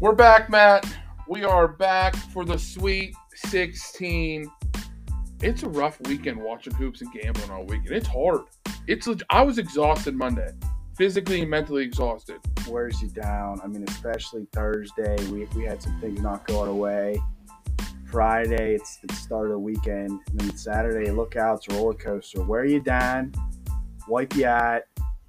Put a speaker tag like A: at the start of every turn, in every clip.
A: We're back, Matt. We are back for the Sweet 16. It's a rough weekend watching hoops and gambling all weekend. It's hard. It's leg- I was exhausted Monday, physically and mentally exhausted.
B: wears you down. I mean, especially Thursday, we, we had some things not go our way. Friday, it's the start of the weekend. And then Saturday, lookouts, roller coaster. Wear you down, wipe you out,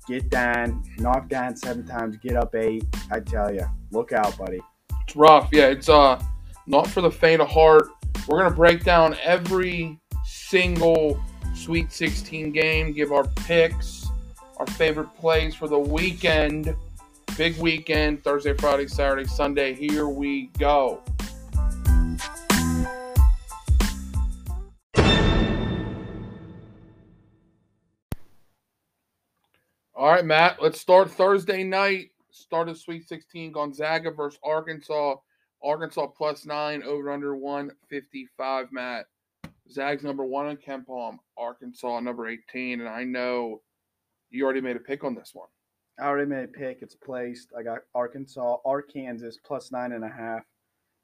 B: get down, knock down seven times, get up eight. I tell you, look out, buddy.
A: It's rough. Yeah, it's uh not for the faint of heart. We're gonna break down every single Sweet 16 game, give our picks, our favorite plays for the weekend. Big weekend, Thursday, Friday, Saturday, Sunday. Here we go. All right, Matt, let's start Thursday night. Start of Sweet 16, Gonzaga versus Arkansas. Arkansas plus nine, over under 155, Matt. Zag's number one on Kempom, Arkansas number 18. And I know you already made a pick on this one.
B: I already made a pick. It's placed. I got Arkansas, Arkansas plus nine and a half.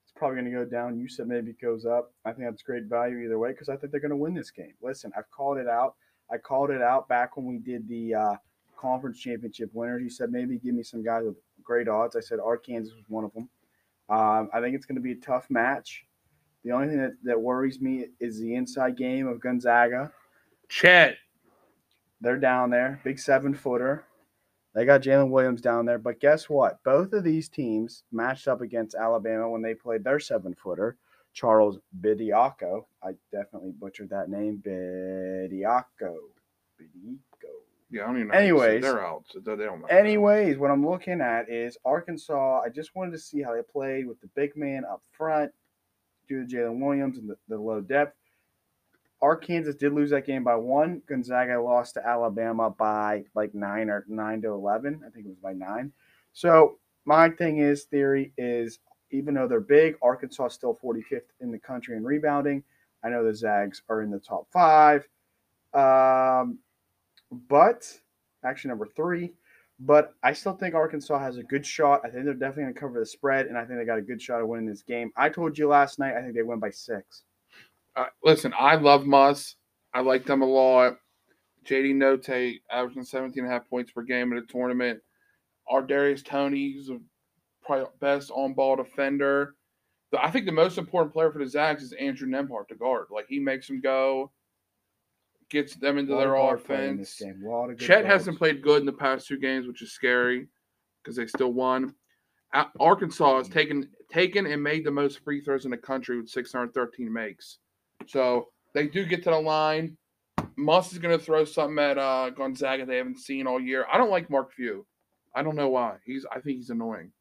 B: It's probably going to go down. You said maybe it goes up. I think that's great value either way because I think they're going to win this game. Listen, I've called it out. I called it out back when we did the uh, conference championship winners. You said maybe give me some guys with great odds. I said Arkansas was one of them. Um, I think it's going to be a tough match. The only thing that, that worries me is the inside game of Gonzaga.
A: Chet.
B: They're down there, big seven footer. They got Jalen Williams down there, but guess what? Both of these teams matched up against Alabama when they played their seven footer, Charles Bidiaco. I definitely butchered that name, Bidiaco. Bidiaco.
A: Yeah, I don't even know. how you say-
B: Anyways.
A: they're out. So they don't matter.
B: Anyways, what I'm looking at is Arkansas. I just wanted to see how they played with the big man up front, due to Jalen Williams and the, the low depth. Arkansas did lose that game by one. Gonzaga lost to Alabama by like nine or nine to eleven. I think it was by nine. So my thing is theory is even though they're big, Arkansas is still 45th in the country in rebounding. I know the Zags are in the top five, um, but actually number three. But I still think Arkansas has a good shot. I think they're definitely going to cover the spread, and I think they got a good shot of winning this game. I told you last night. I think they win by six.
A: Uh, listen, I love Muss. I like them a lot. JD Note averaging 17 and a half points per game in a tournament. Our Darius Tony, who's a probably best on ball defender. But I think the most important player for the Zags is Andrew Nemhart, the guard. Like he makes them go, gets them into
B: Lot
A: their
B: of hard play in
A: offense.
B: game. Lot of good
A: Chet
B: guards.
A: hasn't played good in the past two games, which is scary because they still won. A- Arkansas has taken taken and made the most free throws in the country with 613 makes. So they do get to the line. Moss is going to throw something at uh, Gonzaga they haven't seen all year. I don't like Mark Few. I don't know why. He's I think he's annoying.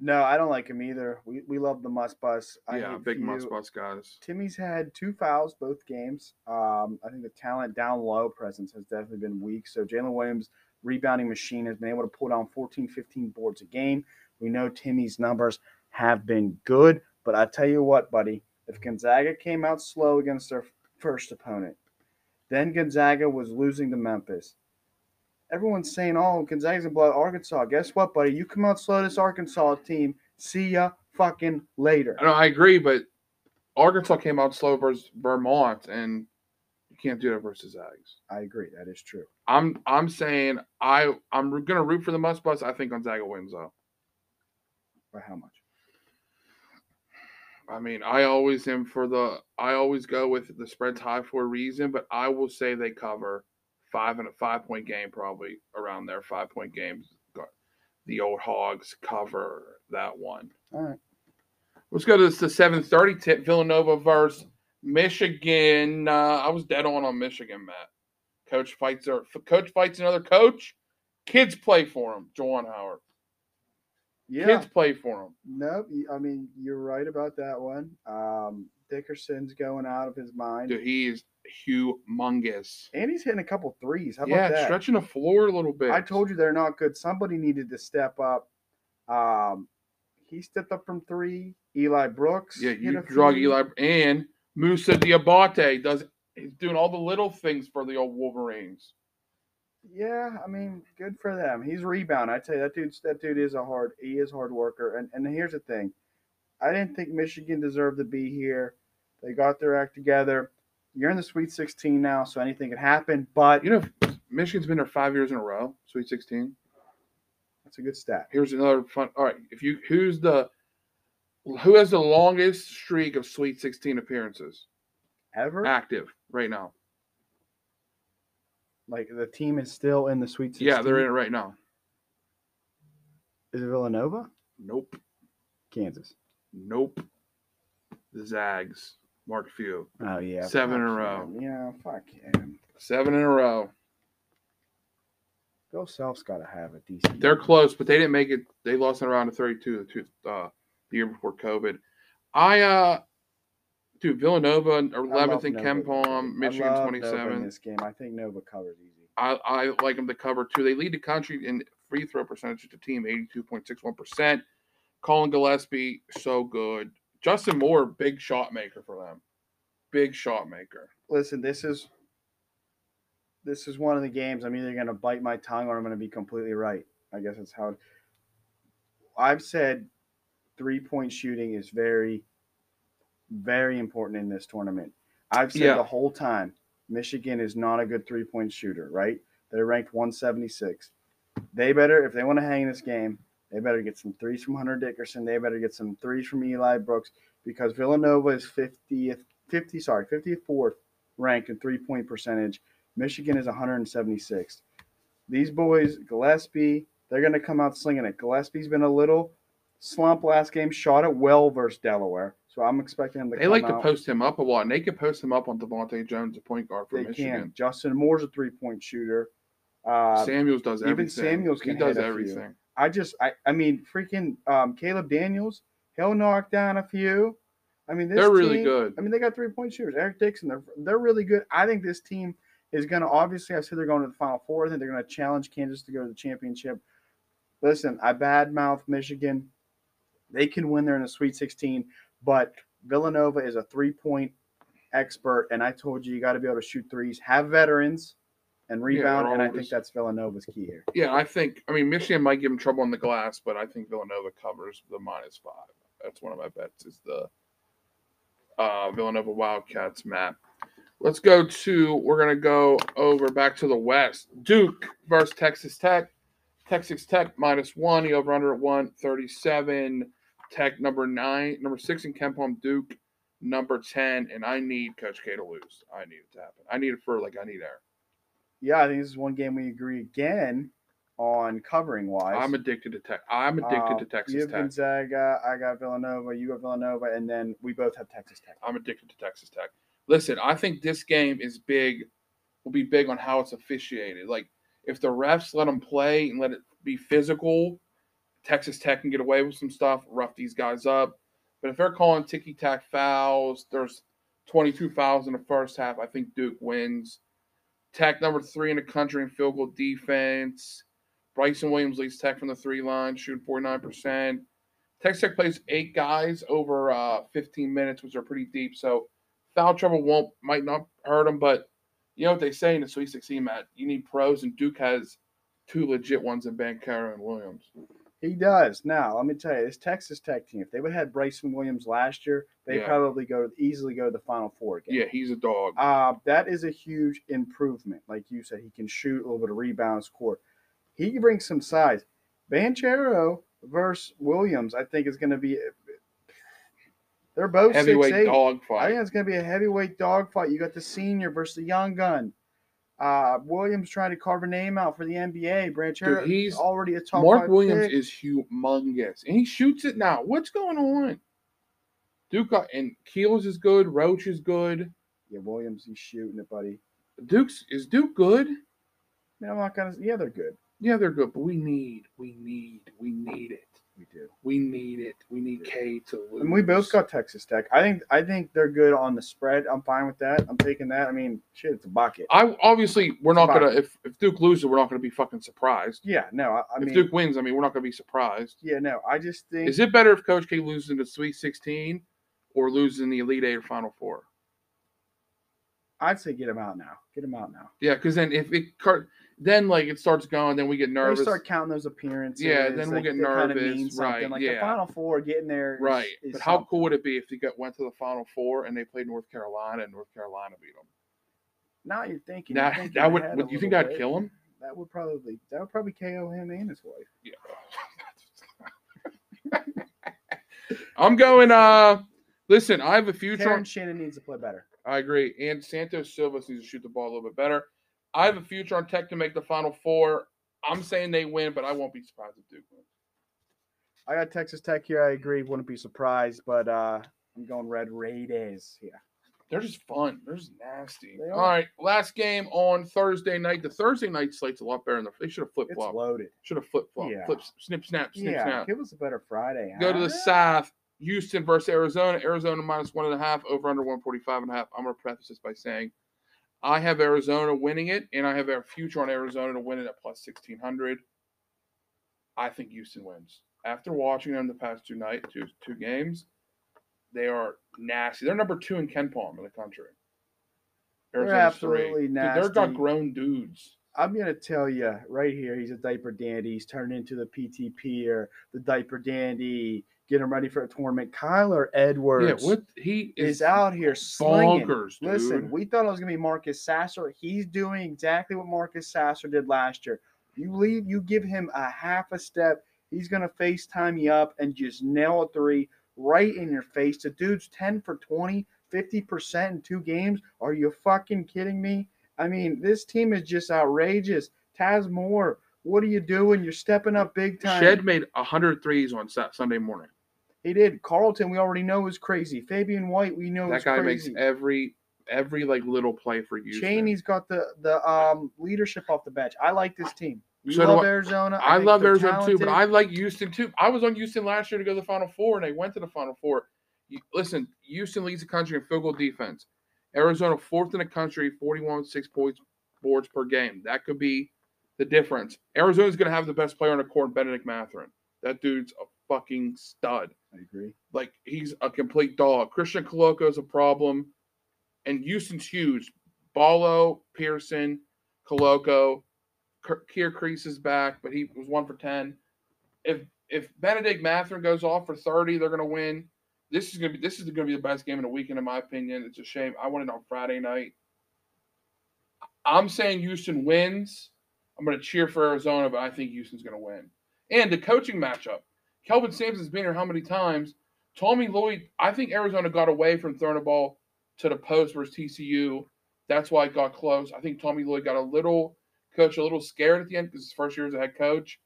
B: No, I don't like him either. We, we love the must bus. I
A: yeah,
B: hate
A: big
B: Few.
A: must bust guys.
B: Timmy's had two fouls both games. Um, I think the talent down low presence has definitely been weak. So Jalen Williams, rebounding machine, has been able to pull down 14, 15 boards a game. We know Timmy's numbers have been good, but I tell you what, buddy, if Gonzaga came out slow against their first opponent, then Gonzaga was losing to Memphis. Everyone's saying, "Oh, Gonzaga's gonna blow out Arkansas." Guess what, buddy? You come out slow, this Arkansas team. See ya, fucking later.
A: I know I agree, but Arkansas came out slow versus Vermont, and you can't do that versus Zags.
B: I agree. That is true.
A: I'm I'm saying I I'm ro- gonna root for the Must Bus. I think Gonzaga wins though.
B: By how much?
A: I mean, I always am for the I always go with the spread's high for a reason, but I will say they cover five and a five point game probably around there. Five point games. Go- The old hogs cover that one.
B: All right.
A: Let's go to the seven thirty tip Villanova versus Michigan. Uh, I was dead on on Michigan, Matt. Coach fights or coach fights another coach. Kids play for him, Jawan Howard.
B: Yeah.
A: Kids play for him.
B: Nope. y- I mean, you're right about that one. Um, Dickerson's going out of his mind,
A: Dude, he is humongous.
B: and he's hitting a couple threes. How about
A: yeah,
B: that?
A: stretching the floor a little bit.
B: I told you they're not good. Somebody needed to step up. Um, he stepped up from three. Eli Brooks.
A: Yeah,
B: hit
A: you
B: a
A: drug
B: three.
A: Eli and Musa Diabate does he's doing all the little things for the old Wolverines.
B: Yeah, I mean, good for them. He's rebound. I tell you, that dude's that dude is a hard he is a hard worker. And and here's the thing, I didn't think Michigan deserved to be here. They got their act together. You're in the Sweet 16 now, so anything could happen. But
A: You know, Michigan's been there five years in a row, Sweet 16.
B: that's a good stat.
A: Here's another fun. All right, if you who's the who has the longest streak of Sweet 16 appearances
B: Ever
A: active right now?
B: like the team is still in the Sweet 16.
A: Yeah, they're in it right now.
B: Is it Villanova?
A: Nope,
B: Kansas.
A: nope. The Zags, Mark Few,
B: Oh yeah,
A: Seven in a
B: fuck
A: row.
B: him. Yeah, fuck him.
A: seven in a row.
B: Bill Self's got to have a decent.
A: They're close, but they didn't make it. They lost in a round of 32 the, two- uh, the year before COVID. I, uh, dude, Villanova are
B: I
A: 11th
B: love
A: and
B: Nova.
A: Kempom, Michigan
B: I love Nova
A: 27th.
B: In this game, I think Nova covers easy.
A: I, I like them to cover too. They lead the country in free throw percentage of the team, 82.61%. Colin Gillespie, so good. Justin Moore, big shot maker for them. Big shot maker.
B: Listen, this is this is one of the games I'm either going to bite my tongue or I'm going to be completely right. I guess that's how. It, I've said three point shooting is very, very important in this tournament. I've said
A: Yeah.
B: the whole time Michigan is not a good three point shooter, right? They're ranked 176. They better, if they want to hang in this game, they better get some threes from Hunter Dickerson. They better get some threes from Eli Brooks because Villanova is 50th, 50, sorry, 54th ranked in three point percentage. Michigan is 176. These boys, Gillespie, they're going to come out slinging it. Gillespie's been a little slump last game, shot it well versus Delaware. So I'm expecting him to
A: They
B: come
A: like
B: out.
A: to post him up a lot, and they can post him up on Devontae Jones, the point guard for
B: They
A: Michigan.
B: can. Justin Moore's a three point shooter. Uh,
A: Samuels does
B: even
A: everything.
B: Samuels
A: he
B: can
A: does
B: hit a few.
A: everything.
B: I just, I, I mean, freaking um, Caleb Daniels, he'll knock down a few. I mean, this
A: They're really
B: team-
A: good.
B: I mean, they got three point shooters. Eric Dixon, they're they're really good. I think this team is going to obviously. I said they're going to the Final Four. I think they're going to challenge Kansas to go to the championship. Listen, I badmouth Michigan. They can win there in the Sweet 16, but Villanova is a three point expert, and I told you you got to be able to shoot threes, have veterans, and rebound. and I
A: always-
B: think that's Villanova's key here.
A: Yeah, I think. I mean, Michigan might give him trouble on the glass, but I think Villanova covers the minus five. That's one of my bets. Is the uh, Villanova Wildcats map. Let's go to. We're gonna go over back to the West. Duke versus Texas Tech. Texas Tech minus one. The over under at one thirty seven. Tech number nine, number six in Kempom. Duke number ten. And I need Coach K to lose. I need it to happen. I need it for like I need air.
B: Yeah, I think this is one game we agree again on covering wise.
A: I'm addicted to Tech. I'm addicted
B: Uh,
A: to
B: You
A: Texas
B: have
A: Tech.
B: Gonzaga. I got Villanova. You got Villanova, and then we both have Texas Tech.
A: I'm addicted to Texas Tech. Listen, I think this game is big. Will be big on how it's officiated. Like if the refs let them play and let it be physical, Texas Tech can get away with some stuff, rough these guys up. But if they're calling ticky tack fouls, there's 22 fouls in the first half. I think Duke wins. Tech number three in the country in field goal defense. Bryson Williams leads Tech from the three line, shooting 49%. Texas Tech plays eight guys over uh, 15 minutes, which are pretty deep. So foul trouble won't might not hurt them, but you know what they say in the Sweet 16, Matt. You need pros, and Duke has two legit ones in Bankero and Williams.
B: He does. Now, let me tell you, this Texas Tech team, if they would have had Bryson Williams last year, they
A: Yeah.
B: probably go easily go to the Final Four again.
A: Yeah, he's a dog.
B: Uh, that is a huge improvement. Like you said, he can shoot a little bit of rebound score. He brings some size. Banchero versus Williams, I think, is going to be. They're both
A: Heavyweight
B: 6'8".
A: dog
B: I think
A: fight.
B: it's going to be a heavyweight dogfight. You got the senior versus the young gun. Uh, Williams trying to carve a name out for the NBA. Branch
A: Dude,
B: Harris
A: he's-
B: already a top
A: Mark
B: five
A: Williams
B: pick.
A: is humongous, and he shoots it now. What's going on? Duke got, and Keels is good. Roach is good.
B: yeah, Williams. He's shooting it, buddy.
A: Duke's is Duke good?
B: I mean, I'm not gonna. Yeah, they're good.
A: Yeah, they're good, but we need, we need, we need it.
B: We do,
A: We need it. We need K to lose.
B: and we both got Texas Tech. I think. I think they're good on the spread. I'm fine with that. I'm taking that. I mean, shit, it's a bucket.
A: I obviously we're not
B: Surprise.
A: gonna if, if Duke loses, we're not gonna be fucking surprised.
B: Yeah, no. I, I
A: if
B: mean,
A: Duke wins, I mean we're not gonna be surprised.
B: yeah, no. I just think
A: Is it better if Coach K loses in the Sweet 16 or loses in the Elite Eight or Final Four?
B: I'd say get him out now. Get him out now.
A: Yeah, because then if it cur- then like it starts going, then we get
B: Then
A: nervous.
B: We start counting those appearances.
A: Yeah, then we'll get
B: they kinda
A: nervous,
B: mean something.
A: right,
B: Like the
A: yeah.
B: Final Four getting there. Is,
A: right.
B: is
A: But how
B: something.
A: cool would it be if you got went to the Final Four and they played North Carolina and North Carolina beat them?
B: Now you're thinking. you're
A: Now
B: thinking
A: that would,
B: ahead a
A: would you
B: little
A: think that'd
B: bit.
A: kill him?
B: That would probably that would probably KO him and his wife.
A: Yeah. I'm going. Uh, listen, I have a future.
B: Karen
A: On,
B: Shannon needs to play better.
A: I agree. And Santos Silva needs to shoot the ball a little bit better. I have a future on Tech to make the Final Four. I'm saying they win, but I won't be surprised if Duke wins.
B: I got Texas Tech here. I agree. Wouldn't be surprised, but uh, I'm going Red Raiders. Yeah.
A: They're just fun. They're just nasty.
B: They
A: All
B: are.
A: right, last game on Thursday night. The Thursday night slate's a lot better. Than the, they should have flip
B: It's
A: flopped.
B: loaded.
A: Should have flip flopped.
B: Yeah.
A: Flip, snip, snap, snip,
B: yeah.
A: snap.
B: Give us a better Friday.
A: Go to
B: huh?
A: the south. Houston versus Arizona. Arizona minus one and a half, over under 145 and a half. I'm going to preface this by saying I have Arizona winning it, and I have our future on Arizona to win it at plus 1600. I think Houston wins. After watching them the past two night, two, two games, they are nasty. They're number two in Ken Palm in the country.
B: They're absolutely
A: Dude, They're got
B: nasty.
A: grown dudes.
B: I'm gonna tell you right here, he's a diaper dandy. He's turned into the PTP or the diaper dandy. Get him ready for a tournament. Kyler
A: Yeah,
B: Edwards
A: what he
B: is
A: is
B: out here slinging.
A: bonkers, dude.
B: Listen, we thought it was gonna be Marcus Sasser. He's doing exactly what Marcus Sasser did last year. You leave, you give him a half a step. He's gonna FaceTime you up and just nail a three right in your face. The dude's 10 for 20, 50% in two games. Are you fucking kidding me? I mean, this team is just outrageous. Taz Moore, what are you doing? You're stepping up big time.
A: Shed made 100 threes on Sa- Sunday morning.
B: he did. Carlton, we already know is crazy. Fabian White, we know is
A: that guy
B: crazy.
A: makes every every like little play for you.
B: Cheney's got the the um, leadership off the bench. I like this team. You
A: So do
B: love
A: I.
B: Arizona.
A: I
B: think
A: love
B: they're
A: Arizona too, but
B: talented.
A: I like Houston too. I was on Houston last year to go to the Final Four, and they went to the Final Four. You- Listen, Houston leads the country in field goal defense. Arizona fourth in the country, forty-one six points boards per game. That could be the difference. Arizona's going to have the best player on the court, Benedict Matherin. That dude's a fucking stud.
B: I agree.
A: Like he's a complete dog. Christian Coloco is a problem, and Houston's huge. Ballo, Pearson, Coloco, Kier Crease is back, but he was one for ten. If if Benedict Matherin goes off for thirty, they're gonna win. This is gonna be this is gonna be the best game of the weekend, in my opinion. It's a shame. I won it on Friday night. I'm saying Houston wins. I'm gonna cheer for Arizona, but I think Houston's gonna win. And the coaching matchup. Kelvin Sampson's been here how many times? Tommy Lloyd, I think Arizona got away from throwing a ball to the post versus TCU. That's why it got close. I think Tommy Lloyd got a little coach a little scared at the end because his first year as a head coach.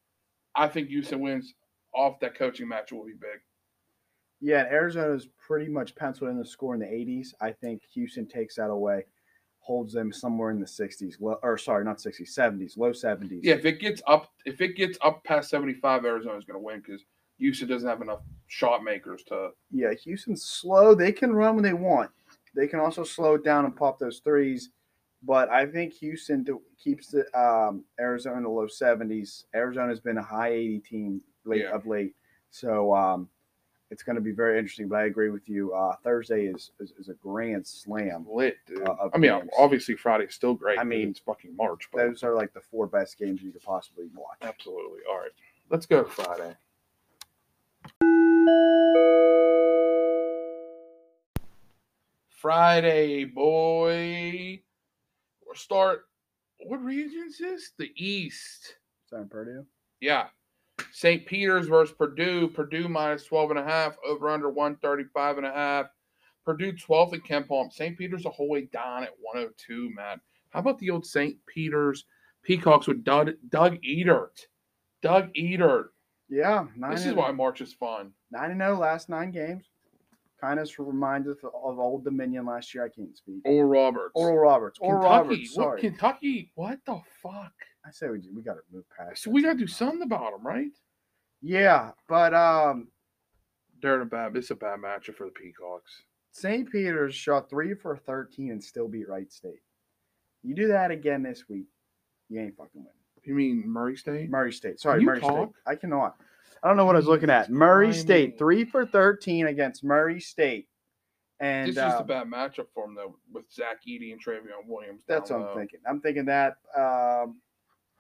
A: I think Houston wins off that coaching match will be big.
B: Yeah, and Arizona's pretty much penciled in the score in the 80s. I think Houston takes that away, holds them somewhere in the 60s, low, or sorry, not 60s, 70s, low 70s.
A: Yeah, if it gets up if it gets up past seventy five, Arizona's gonna win because Houston doesn't have enough shot makers to
B: yeah, Houston's slow. They can run when they want. They can also slow it down and pop those threes. But I think Houston do, keeps the um, Arizona in the low 70s. Arizona's been a high 80 team late
A: Yeah.
B: of late. So um, it's going to be very interesting. But I agree with you. Uh, Thursday is, is, is a grand slam.
A: lit, dude.
B: Uh, of
A: I mean,
B: games.
A: obviously Friday's still great.
B: I
A: 'cause
B: mean,
A: it's fucking March, but
B: Those are like the four best games you could possibly watch.
A: absolutely. All right. Let's go Friday. Friday, boy. We'll start. What region is this? The East.
B: San Purdue.
A: Yeah. St. Peter's versus Purdue. Purdue minus 12 and a half, over under 135 and a half. Purdue 12th at Kemp Palm. St. Peter's a whole way down at 102, man. How about the old St. Peter's Peacocks with Doug, Doug Edert? Doug Edert.
B: Yeah, nine.
A: This is
B: and,
A: why March is fun.
B: nine and zero last nine games. Kind of reminds us of Old Dominion last year. I can't speak.
A: Oral Roberts.
B: Oral Roberts. Oral
A: Kentucky.
B: Roberts.
A: What,
B: Sorry,
A: Kentucky. What the fuck?
B: I say we, we got to move past.
A: So
B: that
A: we got to do
B: somehow.
A: something about them, right?
B: Yeah, but um,
A: They're in a bad. It's a bad matchup for the Peacocks.
B: St. Peter's shot three for thirteen and still beat Wright State. You do that again this week, you ain't fucking winning.
A: You mean Murray State?
B: Murray State. Sorry,
A: you
B: Murray
A: talk?
B: State. I cannot. I don't know what I was looking at. Murray State
A: Blimey.
B: three for thirteen against Murray State, And
A: it's just
B: uh,
A: a bad matchup for him though, with Zach Eady and Travion Williams.
B: that's
A: down
B: what I'm
A: low.
B: thinking. I'm thinking that um,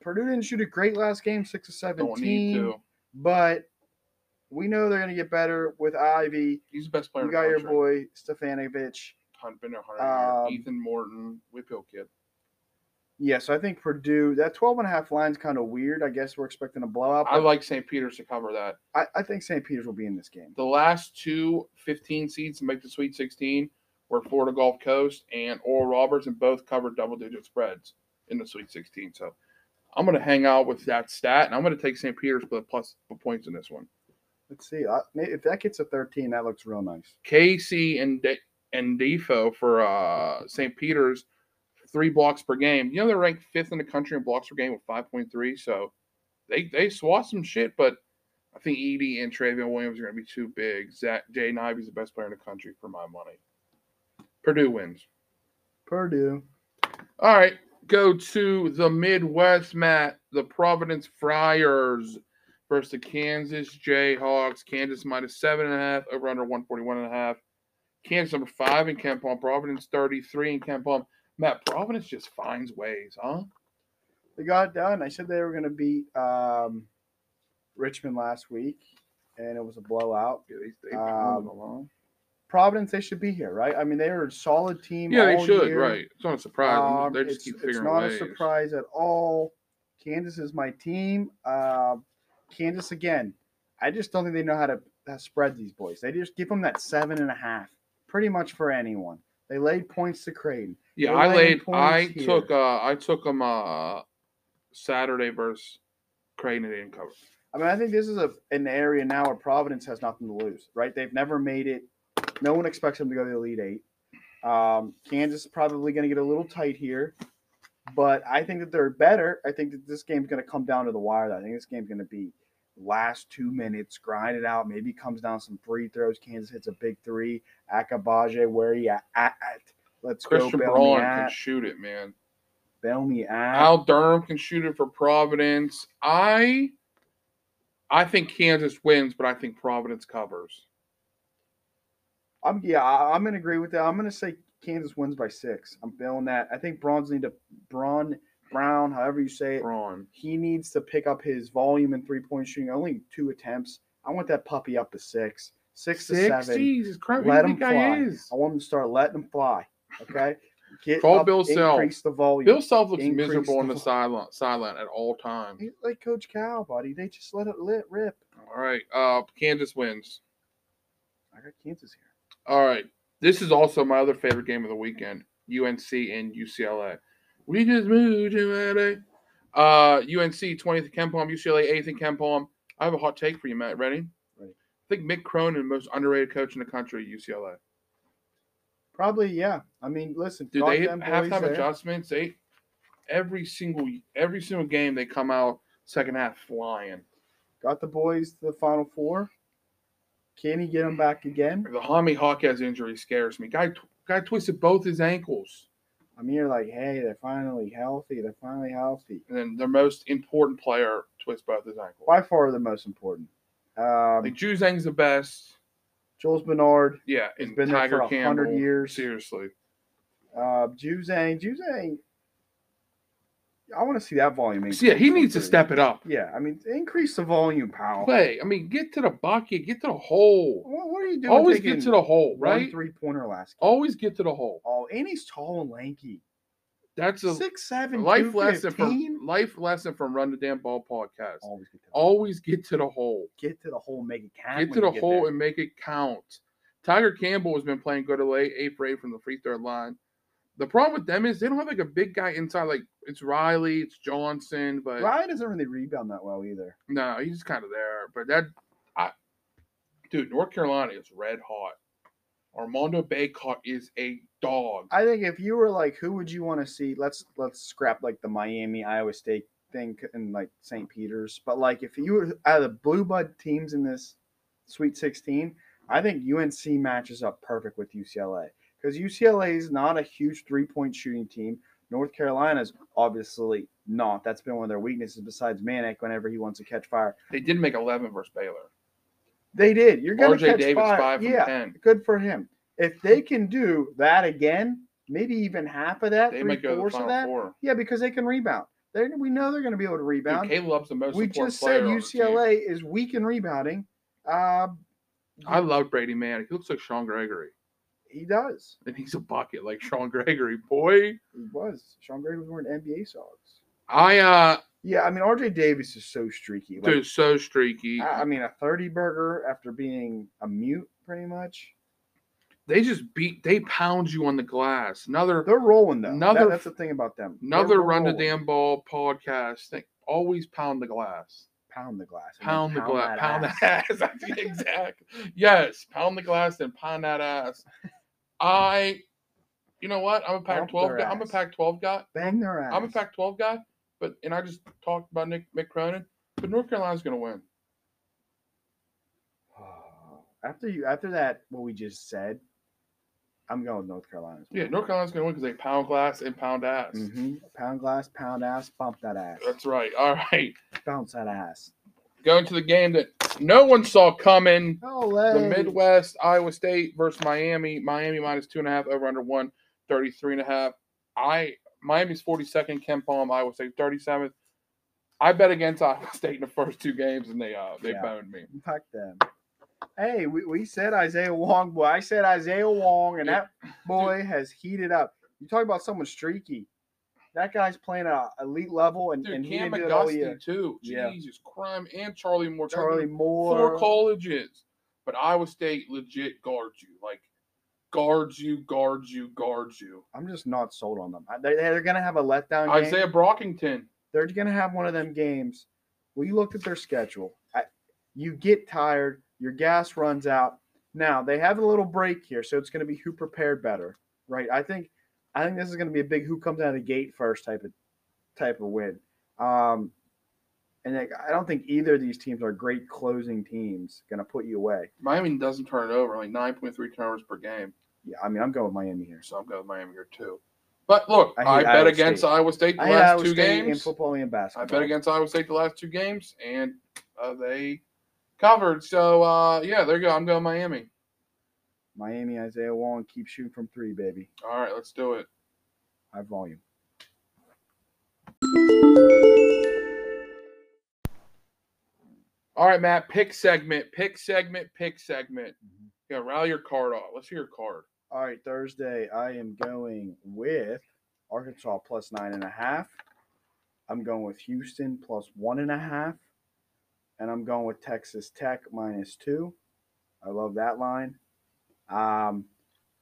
B: Purdue didn't shoot it great last game, six of
A: Don't need
B: seventeen,
A: to.
B: but we know they're going to get better with Ivy.
A: He's the best player.
B: You
A: in the
B: got your
A: country.
B: boy Stefanovic.
A: Hunt been there, Hunter.
B: Um,
A: Ethan Morton, Whipple kid.
B: Yeah, so I think Purdue that 12 and a half line's kind of weird. I guess we're expecting a blowout.
A: I
B: but
A: like St. Peter's to cover that.
B: I, I think St. Peter's will be in this game.
A: The last two 15 seeds to make the Sweet 16 were Florida Gulf Coast and Oral Roberts, and both covered double digit spreads in the Sweet 16. So I'm going to hang out with that stat, and I'm going to take St. Peter's for the plus the points in this one.
B: Let's see. I, may- if that gets a 13, that looks real nice.
A: Casey and De- and Defo for uh, St. Peter's, three blocks per game. You know they're ranked fifth in the country in blocks per game with five point three. So they they swat some shit, but I think Edie and Travion Williams are going to be too big. Zach Jay Ivy's the best player in the country for my money. Purdue wins.
B: Purdue.
A: All right, go to the Midwest, Matt. The Providence Friars versus the Kansas Jayhawks. Kansas minus seven and a half, over under 141 and a half. Kansas number five in Kent Palm. Providence 33 in Kent Palm. Matt, Providence just finds ways, huh?
B: They got it done. I said they were going to beat um, Richmond last week, and it was a blowout.
A: Yeah, they,
B: they pounded Providence, they should be here, right? I mean, they were a solid team.
A: yeah, they
B: all
A: should,
B: year.
A: right? It's not a surprise.
B: Um,
A: they just
B: it's,
A: keep
B: it's
A: figuring
B: not
A: ways.
B: a surprise at all. Kansas is my team. Um Kansas again. I just don't think they know how to how to spread these boys. They just give them that seven and a half, pretty much for anyone. They laid points to Creighton.
A: Yeah,
B: They're
A: I
B: laying
A: laid. I
B: points
A: took.
B: here.
A: uh I took them uh, Saturday versus Creighton and they didn't cover.
B: I mean, I think this is a an area now where Providence has nothing to lose, right? They've never made it. No one expects them to go to the Elite Eight. Um, Kansas is probably going to get a little tight here, but I think that they're better. I think that this game's going to come down to the wire. I think this game's going to be last two minutes, grind it out. Maybe comes down some free throws. Kansas hits a big three. Akabaje, where you at? at? Let's
A: Christian
B: go. Bail
A: Braun
B: me
A: can
B: at.
A: shoot it, man.
B: Bail me at.
A: Al Durham can shoot it for Providence. I I think Kansas wins, but I think Providence covers.
B: I'm yeah, I- I'm gonna agree with that. I'm gonna say Kansas wins by six. I'm feeling that. I think Braun's need to Braun Brown, however you say it,
A: Braun.
B: he needs to pick up his volume and three point shooting. Only two attempts. I want that puppy up to six, six to seven.
A: Jesus Christ.
B: Let
A: Let
B: him
A: him
B: fly.
A: guy is.
B: I want him to start letting him fly. Okay, get
A: Call
B: up,
A: Bill Self.
B: increase the volume.
A: Bill Self looks
B: Increase
A: miserable on
B: the
A: the sideline sideline at all times.
B: He's like Coach Cal, buddy. They just let it lit rip.
A: All right. Uh Kansas wins.
B: I got Kansas here.
A: All right. This is also my other favorite game of the weekend UNC and UCLA. We just moved to LA. Uh, UNC 20th in Kempom, UCLA 8th in Kempom. I have a hot take for you, Matt. Ready?
B: Ready.
A: I think Mick Cronin, most underrated coach in the country, UCLA.
B: Probably, yeah. I mean, listen,
A: Dude,
B: got
A: they
B: them boys
A: halftime
B: there.
A: adjustments. They every single every single game they come out second half flying.
B: Got the boys to the Final Four. Can he get them back again?
A: The Hami Hawkes injury scares me. Guy guy twisted both his ankles.
B: I'm here like, hey, they're finally healthy. They're finally healthy.
A: And then their most important player twists both his ankles.
B: By far the most important. Um,
A: Like Ju Zhang's the best.
B: Jules Bernard,
A: Yeah,
B: He's
A: and
B: been there
A: Tiger
B: for 100
A: Campbell.
B: years.
A: Seriously,
B: uh, Juzang, Juzang. I want to see that volume. Increase
A: So, yeah, he
B: from
A: needs to
B: three.
A: step it up.
B: Yeah, I mean, increase the volume, pal. What,
A: Play. I mean, get to the bucket, get to the hole.
B: what are you doing?
A: Always get to the hole, right?
B: Three pointer last. Game?
A: Always get to the hole.
B: Oh, and he's tall and lanky.
A: That's a
B: Six seven.
A: life lesson from life lesson from Run the Damn Ball podcast.
B: Always get to the,
A: Always get to the hole.
B: get to the hole, make it count.
A: Get
B: when
A: to
B: you
A: the hole
B: there.
A: and make it count. Tiger Campbell has been playing good of late, eight for eight from the free throw line. The problem with them is they don't have like a big guy inside. Like it's Riley, it's Johnson, but
B: Ryan doesn't really rebound that well either.
A: No, he's kind of there, but that, I, dude, North Carolina is red hot. Armando Baycott is a dog.
B: I think if you were like, who would you want to see? Let's let's scrap like the Miami Iowa State thing and like St. Peter's. But like if you were out of the blue blood teams in this Sweet 16, I think UNC matches up perfect with UCLA because UCLA is not a huge three point shooting team. North Carolina's obviously not. That's been one of their weaknesses. Besides Manic, whenever he wants to catch fire,
A: They did make eleven versus Baylor.
B: they did. You're gonna
A: RJ
B: catch
A: Davis
B: fire.
A: five from
B: yeah,
A: ten.
B: good for him. If they can do that again, maybe even half of that,
A: They
B: three
A: might go to the
B: fourths of that,
A: final four.
B: yeah, because they can rebound. They we know they're going to be able to
A: Dude,
B: rebound.
A: Caleb Love's the most
B: we
A: important
B: just said
A: player on the team.
B: UCLA is weak in rebounding. Uh,
A: I love Brady Man. He looks like Sean Gregory,
B: he does.
A: and he's a bucket like Sean Gregory. Boy,
B: He was. Sean Gray was wearing NBA socks.
A: I uh,
B: Yeah, I mean RJ Davis is so streaky. Like,
A: dude, so streaky.
B: I, I mean, a thirty burger after being a mute, pretty much.
A: they just beat. They pound you on the glass. Another
B: They're rolling though. That-
A: Another-
B: that's the thing about them. They're
A: another run to
B: rolling.
A: damn ball podcast. They always pound the glass.
B: Pound the glass. I mean,
A: Pound the glass.
B: that
A: Pound
B: ass.
A: the ass. That's the exact. Yes, pound the glass and pound that ass. I, you know what? I'm a
B: Pump
A: Pac-12
B: their
A: guy. I'm a
B: ass.
A: Pac-12 guy.
B: Bang their ass.
A: I'm a Pac-12 guy. But and I just talked about Nick Mick Cronin. But North Carolina's going to win.
B: After you, after that, what we just said, I'm going with North Carolina. as
A: Yeah,
B: well.
A: North Carolina's going to win because they pound glass and pound ass.
B: Mhm. Pound glass, pound ass, bump that ass,
A: That's right. All right.
B: bounce that ass.
A: Going to the game that no one saw coming.
B: Oh,
A: The Midwest, Iowa State versus Miami. Miami minus two and a half, over under one, 33 and a half. I Miami's 42nd, Ken Palm, Iowa State 37th. I bet against Iowa State in the first two games and they uh they
B: Yeah.
A: boned me.
B: Fuck them. Hey, we, we said Isaiah Wong, boy. I said Isaiah Wong, and
A: Yeah.
B: that boy has heated up. You talk about someone streaky. That guy's playing a elite level, and,
A: Dude,
B: and he
A: Cam
B: didn't do it all year.
A: Augusty too.
B: Yeah.
A: Jesus crime and Charlie Moore. Those are
B: Charlie
A: four
B: Moore.
A: colleges. But Iowa State legit guards you. Like guards you, guards you, guards you.
B: I'm just not sold on them. I- They, they're going to have a letdown game.
A: Isaiah Brockington.
B: they're going to have one of them games. Well, you look at their schedule. I, you get tired. Your gas runs out. Now they have a little break here, so it's going to be who prepared better, right? I think, I think this is going to be a big who comes out of the gate first type of type of win. Um, and like, I don't think either of these teams are great closing teams going to put you away.
A: Miami doesn't turn it over, like 9.3 turnovers per game.
B: Yeah, I mean, I'm going with Miami here.
A: So I'm going with Miami here too. But look,
B: I
A: I,
B: hate
A: bet
B: Iowa
A: against
B: State.
A: Iowa State the
B: I had
A: last
B: Iowa
A: two
B: State in
A: games.
B: football and
A: I
B: basketball.
A: bet against Iowa State the last two games, and uh, they covered. So uh, yeah, there you go. I'm going Miami.
B: Miami. Isaiah Wong keep shooting from three, baby.
A: All right, let's do it.
B: High volume.
A: All right, Matt. Pick segment. Pick segment. Pick segment.
B: Mm-hmm.
A: Yeah, rally your card off. Let's hear your card.
B: All right, Thursday, I am going with Arkansas plus nine and a half. I'm going with Houston plus one and a half. And I'm going with Texas Tech minus two. I love that line. Um,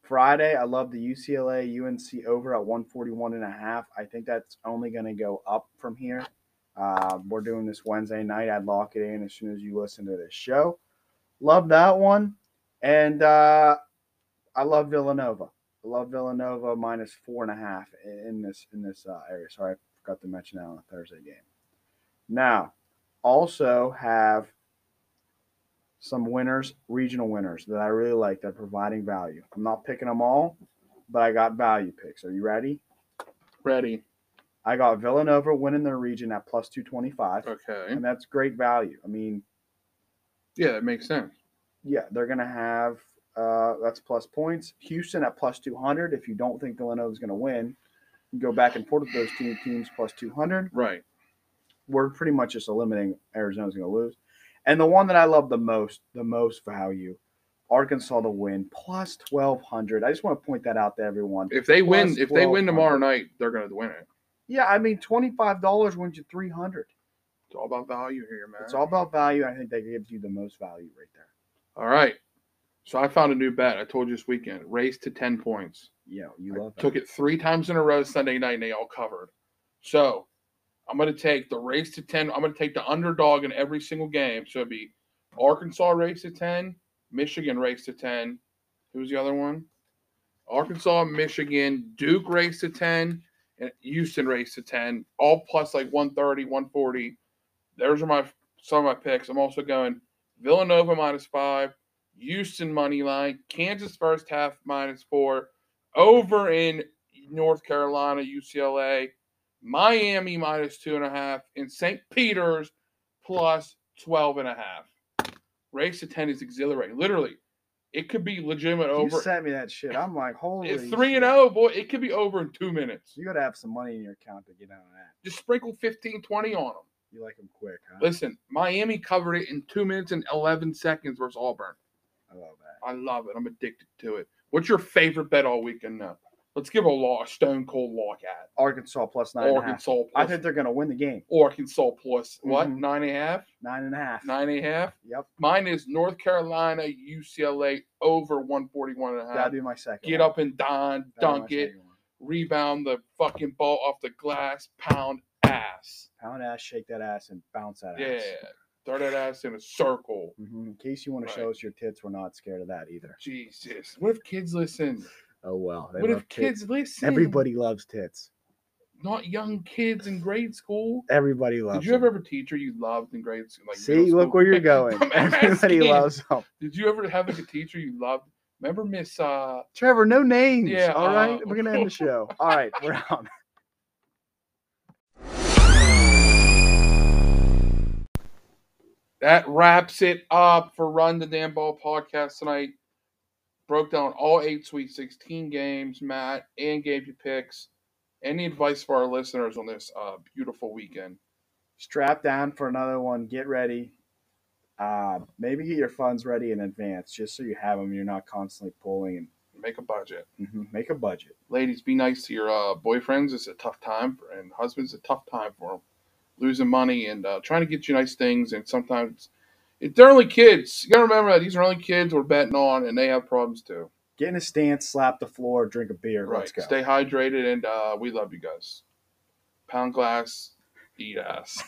B: Friday, I love the UCLA UNC over at 141 and a half. I think that's only going to go up from here. Uh, we're doing this Wednesday night. I'd lock it in as soon as you listen to this show. Love that one. And uh, I love Villanova. I love Villanova minus four and a half i- in this in this uh, area. Sorry, I forgot to mention that on the Thursday game. Now, also have some winners, regional winners that I really like. They're providing value. I'm not picking them all, but I got value picks. Are you ready?
A: Ready.
B: I got Villanova winning their region at plus two twenty five,
A: Okay.
B: and that's great value. I mean,
A: Yeah, that makes sense.
B: Yeah, they're going to have uh, that's plus points. Houston at plus 200. If you don't think Villanova's going to win, you go back and forth with those two teams plus 200.
A: Right.
B: We're pretty much just eliminating Arizona's going to lose. And the one that I love the most, the most value, Arkansas to win plus 1200. I just want to point that out to everyone.
A: If they win,
B: Plus
A: if they win
B: 1200.
A: tomorrow night, they're going to win it.
B: Yeah, I mean, $25 wins you 300.
A: It's all about value here, man.
B: It's all about value. I think that gives you the most value right there.
A: all right. So I found a new bet. I told you this weekend. Race to ten points.
B: Yeah, you
A: I
B: love that.
A: took it three times in a row Sunday night, and they all covered. So I'm going to take the race to 10. I'm going to take the underdog in every single game. So it'd be Arkansas race to 10, Michigan race to 10. Who's the other one? Arkansas, Michigan, Duke race to 10, and Houston race to 10, all plus like 130, 140. Those are my some of my picks. I'm also going Villanova minus five, Houston money line, Kansas first half minus four, over in North Carolina, UCLA, Miami minus two and a half, and St. Peter's plus 12 and a half. Race to 10 is exhilarating. Literally, It could be legitimate
B: You
A: over.
B: sent me that shit. I'm like, holy.
A: It's three
B: shit.
A: and oh zero, boy. It could be over in two minutes.
B: You gotta have some money in your account to get out of that.
A: Just sprinkle 15, 20 on them.
B: You like them quick, huh?
A: Listen, Miami covered it in two minutes and eleven seconds versus Auburn.
B: I love that.
A: I love it. I'm addicted to it. What's your favorite bet all weekend? Now, let's give a law, a stone cold lock at
B: Arkansas plus nine and a half.
A: Arkansas.
B: I
A: plus-
B: think they're gonna win the game.
A: Arkansas plus what?
B: Mhm.
A: Nine and a half?
B: Nine and a half.
A: Nine and a half?
B: Yep.
A: Mine is North Carolina, UCLA over 141 and a half.
B: That'd be my second.
A: Get
B: one.
A: up and don,
B: That'd be
A: dunk
B: my
A: it,
B: second one.
A: rebound the fucking ball off the glass, pound ass.
B: Pound ass, shake that ass, and bounce that
A: Yeah.
B: ass.
A: Throw that ass in a circle.
B: hmm In case you want
A: Right.
B: to show us your tits, we're not scared of that either.
A: Jesus. What if kids listen?
B: Oh well. They
A: what
B: love
A: if kids listen?
B: Everybody loves tits.
A: Not young kids in grade school.
B: Everybody loves.
A: Did you ever
B: them.
A: have a teacher you loved in grade school? Like middle
B: see? Look
A: school?
B: where you're going.
A: I'm
B: Everybody
A: asking.
B: loves them.
A: Did you ever have like a teacher you loved? Remember Miss uh
B: Trevor, no names.
A: Yeah,
B: All right.
A: uh,
B: We're gonna end the show. All right. We're out.
A: that wraps it up for Run the Damn Ball podcast tonight. Broke down all eight Sweet 16 games, Matt, and gave you picks. Any advice for our listeners on this uh, beautiful weekend?
B: strap down for another one. Get ready. Uh, maybe get your funds ready in advance just so you have them. You're not constantly pulling
A: Make a budget.
B: and Mhm, make a budget.
A: Ladies, be nice to your uh, boyfriends. It's a tough time, for, and husbands, a tough time for them. Losing money and uh, trying to get you nice things, and sometimes it, they're only kids. You gotta remember that these are only kids we're betting on, and they have problems too.
B: Get in a stance, slap the floor, drink a beer.
A: Right.
B: Let's go.
A: Stay hydrated, and uh, we love you guys. Pound glass, eat ass.